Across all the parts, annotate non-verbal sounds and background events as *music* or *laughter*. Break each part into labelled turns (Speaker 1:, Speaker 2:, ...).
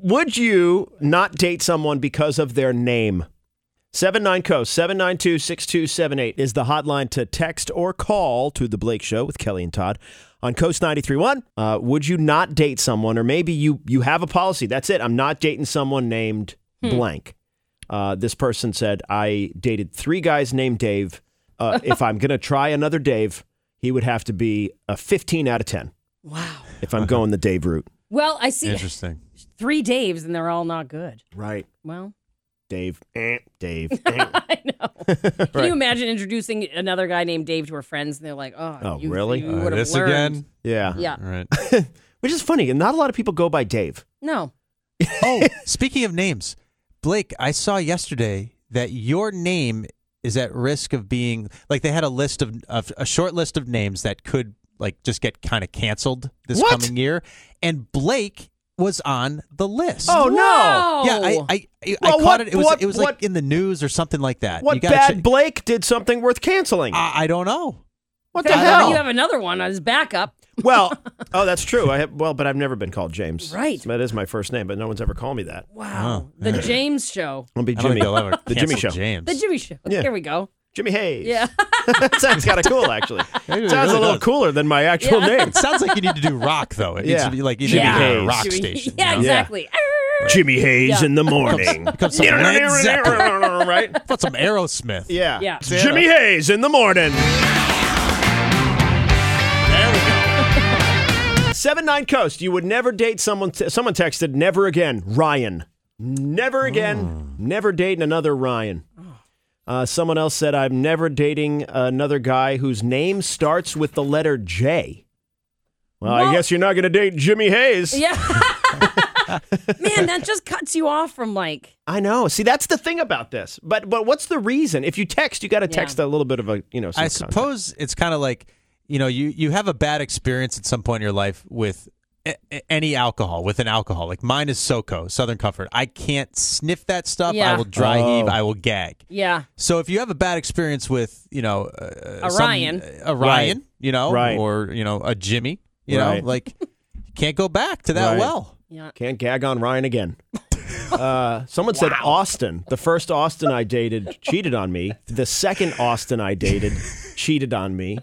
Speaker 1: Would you not date someone because of their name? 79 Coast, 792 6278 is the hotline to text or call to The Blake Show with Kelly and Todd on Coast 93.1. Uh, would you not date someone, or maybe you, you have a policy? That's it. I'm not dating someone named blank. Uh, this person said, I dated three guys named Dave. Uh, if I'm going to try another Dave, he would have to be a 15 out of 10
Speaker 2: Wow.
Speaker 1: if I'm going the Dave route.
Speaker 2: Well, I see
Speaker 3: Interesting.
Speaker 2: three Daves and they're all not good.
Speaker 1: Right.
Speaker 2: Well, *laughs*
Speaker 1: Dave, eh, Dave. eh.
Speaker 2: I know. Can you imagine introducing another guy named Dave to her friends and they're like, oh,
Speaker 1: Oh,
Speaker 2: you,
Speaker 1: really?
Speaker 2: You
Speaker 1: Uh,
Speaker 2: would have
Speaker 3: this
Speaker 2: learned.
Speaker 3: again?
Speaker 1: yeah.
Speaker 2: Yeah.
Speaker 3: All right.
Speaker 1: Which is funny. and Not a lot of people go by Dave.
Speaker 2: No.
Speaker 3: oh, *laughs* speaking of names, Blake, I saw yesterday that your name is at risk of being like they had a list of, of a short list of names that could like just get kind of canceled this
Speaker 1: What?
Speaker 3: coming year, and Blake was on the list.
Speaker 1: Oh, no.
Speaker 2: Wow.
Speaker 3: Yeah, I I, I, I
Speaker 1: Well,
Speaker 3: caught
Speaker 1: what-
Speaker 3: it. It was
Speaker 1: what-
Speaker 3: it was
Speaker 1: what-
Speaker 3: like in the news or something like that.
Speaker 1: What
Speaker 3: you gotta
Speaker 1: bad
Speaker 3: check-
Speaker 1: Blake did something worth canceling?
Speaker 3: I, I don't know.
Speaker 1: what the
Speaker 2: Fact that
Speaker 1: hell?
Speaker 2: You have another one as backup.
Speaker 1: well, oh, that's true. I have, well, but I've never been called James.
Speaker 2: Right.
Speaker 1: That is my first name, but no one's ever called me that.
Speaker 2: Wow. the James show.
Speaker 1: I'll be
Speaker 3: I don't
Speaker 1: Jimmy.
Speaker 3: think they'll ever
Speaker 1: *laughs* The Jimmy
Speaker 3: cancel
Speaker 1: Show.
Speaker 3: James.
Speaker 2: The Jimmy show.
Speaker 1: Yeah.
Speaker 2: Here we go.
Speaker 1: Jimmy Hayes.
Speaker 2: Yeah.
Speaker 1: *laughs* that sounds kind of cool,
Speaker 3: *laughs*
Speaker 1: actually.
Speaker 3: It
Speaker 1: Sounds a
Speaker 3: really
Speaker 1: little
Speaker 3: does.
Speaker 1: cooler than my actual
Speaker 2: *laughs*
Speaker 1: name. *laughs*
Speaker 3: It sounds like you need to do rock though. It needs
Speaker 1: Yeah.
Speaker 3: to be like you need
Speaker 1: Jimmy
Speaker 3: to be
Speaker 1: Hayes.
Speaker 3: a rock
Speaker 1: *laughs*
Speaker 2: Jimmy-
Speaker 3: station.
Speaker 2: *laughs* Yeah,
Speaker 3: you know?
Speaker 2: exactly. Arr!
Speaker 1: Jimmy Hayes
Speaker 2: Yeah.
Speaker 1: in the
Speaker 3: *laughs*
Speaker 1: morning. *laughs*
Speaker 3: Becomes some Led Zeppelin.
Speaker 1: right?
Speaker 3: Put some Aerosmith.
Speaker 1: Yeah.
Speaker 2: Yeah.
Speaker 1: Jimmy Hayes in the morning. There we go. Seven Nine Coast. You would never date someone. T- someone texted, "Never again, Ryan. Never again. Never dating another Ryan." Uh, someone else said, "I'm never dating another guy whose name starts with the letter J." Well, I
Speaker 2: Well-
Speaker 1: guess you're not going to date Jimmy Hayes.
Speaker 2: *laughs* Yeah. Man, that just cuts you off from like,
Speaker 1: I know. See, that's the thing about this. But but what's the reason? If you text, you got to
Speaker 2: Yeah.
Speaker 1: text a little bit of a you know. some
Speaker 3: I
Speaker 1: context.
Speaker 3: suppose it's kind of like you know you you have a bad experience at some point in your life with a- a- any alcohol with an alcohol like mine is SoCo Southern Comfort. I can't sniff that stuff.
Speaker 2: Yeah.
Speaker 3: I will dry
Speaker 1: Oh.
Speaker 3: heave. I will gag.
Speaker 2: yeah.
Speaker 3: So if you have a bad experience with you know uh, some-
Speaker 2: Orion.
Speaker 3: a Ryan,
Speaker 1: Right.
Speaker 3: you know,
Speaker 1: Right.
Speaker 3: or you know a Jimmy, you
Speaker 1: Right.
Speaker 3: know, like you can't go back to that
Speaker 1: Right.
Speaker 3: well.
Speaker 2: Yeah.
Speaker 1: Can't gag on Ryan *laughs* again. Uh, someone said Austin. The first Austin I dated cheated on me. The second Austin I dated cheated on me,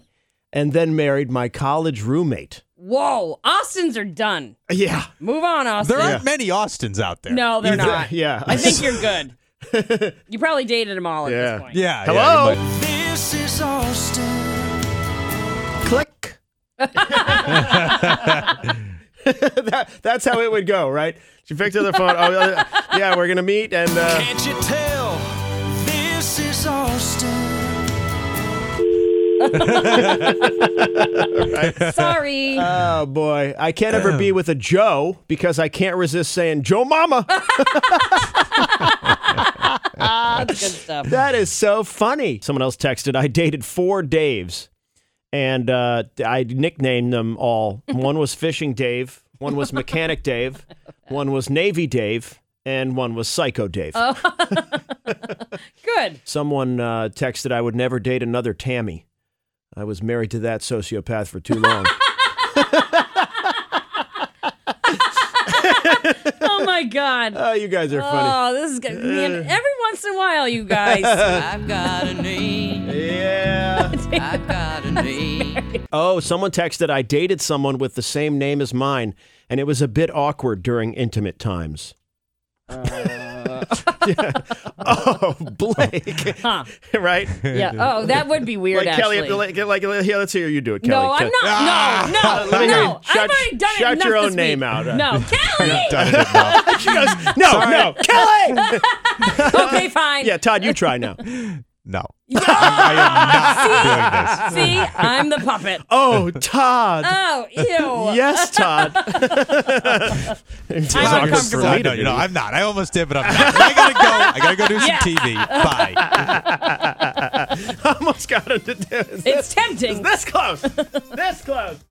Speaker 1: and then married my college roommate.
Speaker 2: Whoa. Austin's are done.
Speaker 1: Yeah,
Speaker 2: Move on, Austin.
Speaker 3: There aren't many Austins out there.
Speaker 2: no, they're
Speaker 1: Either-
Speaker 2: not.
Speaker 1: yeah.
Speaker 2: I think you're good.
Speaker 1: *laughs*
Speaker 2: you probably dated them all at
Speaker 1: Yeah.
Speaker 2: this point.
Speaker 3: Yeah.
Speaker 1: Hello?
Speaker 3: Yeah, you might-
Speaker 1: click. *laughs* that, that's how it would go, right? She picked up the phone. Oh, uh, yeah, we're gonna meet, and uh,
Speaker 4: Can't you tell? This is Austin.
Speaker 1: *laughs*
Speaker 2: Sorry.
Speaker 1: oh boy, I can't ever be with a Joe because I can't resist saying Joe Mama.
Speaker 2: Uh, That's good stuff.
Speaker 1: That is so funny. Someone else texted, I dated four Daves and uh, I nicknamed them all. One was Fishing Dave, one was Mechanic Dave, one was Navy Dave, and one was Psycho Dave.
Speaker 2: Good.
Speaker 1: Someone uh, texted, I would never date another Tammy. I was married to that sociopath for too long.
Speaker 2: Oh my God.
Speaker 1: oh, you guys are *laughs* funny.
Speaker 2: Oh, this is good. Man, every once in a while, you
Speaker 1: *laughs*
Speaker 2: guys. Uh,
Speaker 4: I've got a need.
Speaker 2: *laughs*
Speaker 1: Yeah.
Speaker 4: I've got a need.
Speaker 1: Oh, someone texted, I dated someone with the same name as mine, and it was a bit awkward during intimate times.
Speaker 3: Uh.
Speaker 1: *laughs* oh, Blake. *laughs*
Speaker 2: Huh.
Speaker 1: right?
Speaker 2: Yeah. Oh, that would be weird.
Speaker 1: Like Kelly,
Speaker 2: actually.
Speaker 1: like, like, yeah, let's hear you do it, Kelly.
Speaker 2: no, I'm not.
Speaker 1: Ah!
Speaker 2: No, no,
Speaker 1: Let me hear you.
Speaker 2: no.
Speaker 1: Shout-
Speaker 2: I've already done
Speaker 1: shout
Speaker 2: it enough
Speaker 1: your own
Speaker 2: this
Speaker 1: name
Speaker 2: week.
Speaker 1: out. uh. *laughs*
Speaker 2: No, Kelly.
Speaker 1: she goes, no,
Speaker 3: *laughs*
Speaker 1: no, Kelly.
Speaker 2: okay,
Speaker 1: *laughs*
Speaker 2: fine.
Speaker 1: yeah, Todd, you try now.
Speaker 3: No.
Speaker 2: See, I'm the puppet.
Speaker 1: Oh, Todd.
Speaker 2: Oh,
Speaker 1: *laughs*
Speaker 2: ew.
Speaker 1: yes,
Speaker 2: *laughs*
Speaker 1: Todd.
Speaker 2: I'm uncomfortable.
Speaker 3: I know, you know, I'm not. I almost did, but I'm not. I gotta go. I gotta go do some
Speaker 2: Yeah. *laughs*
Speaker 3: TV. Bye.
Speaker 1: *laughs* almost got him to do it.
Speaker 2: It's tempting.
Speaker 1: This close. This close.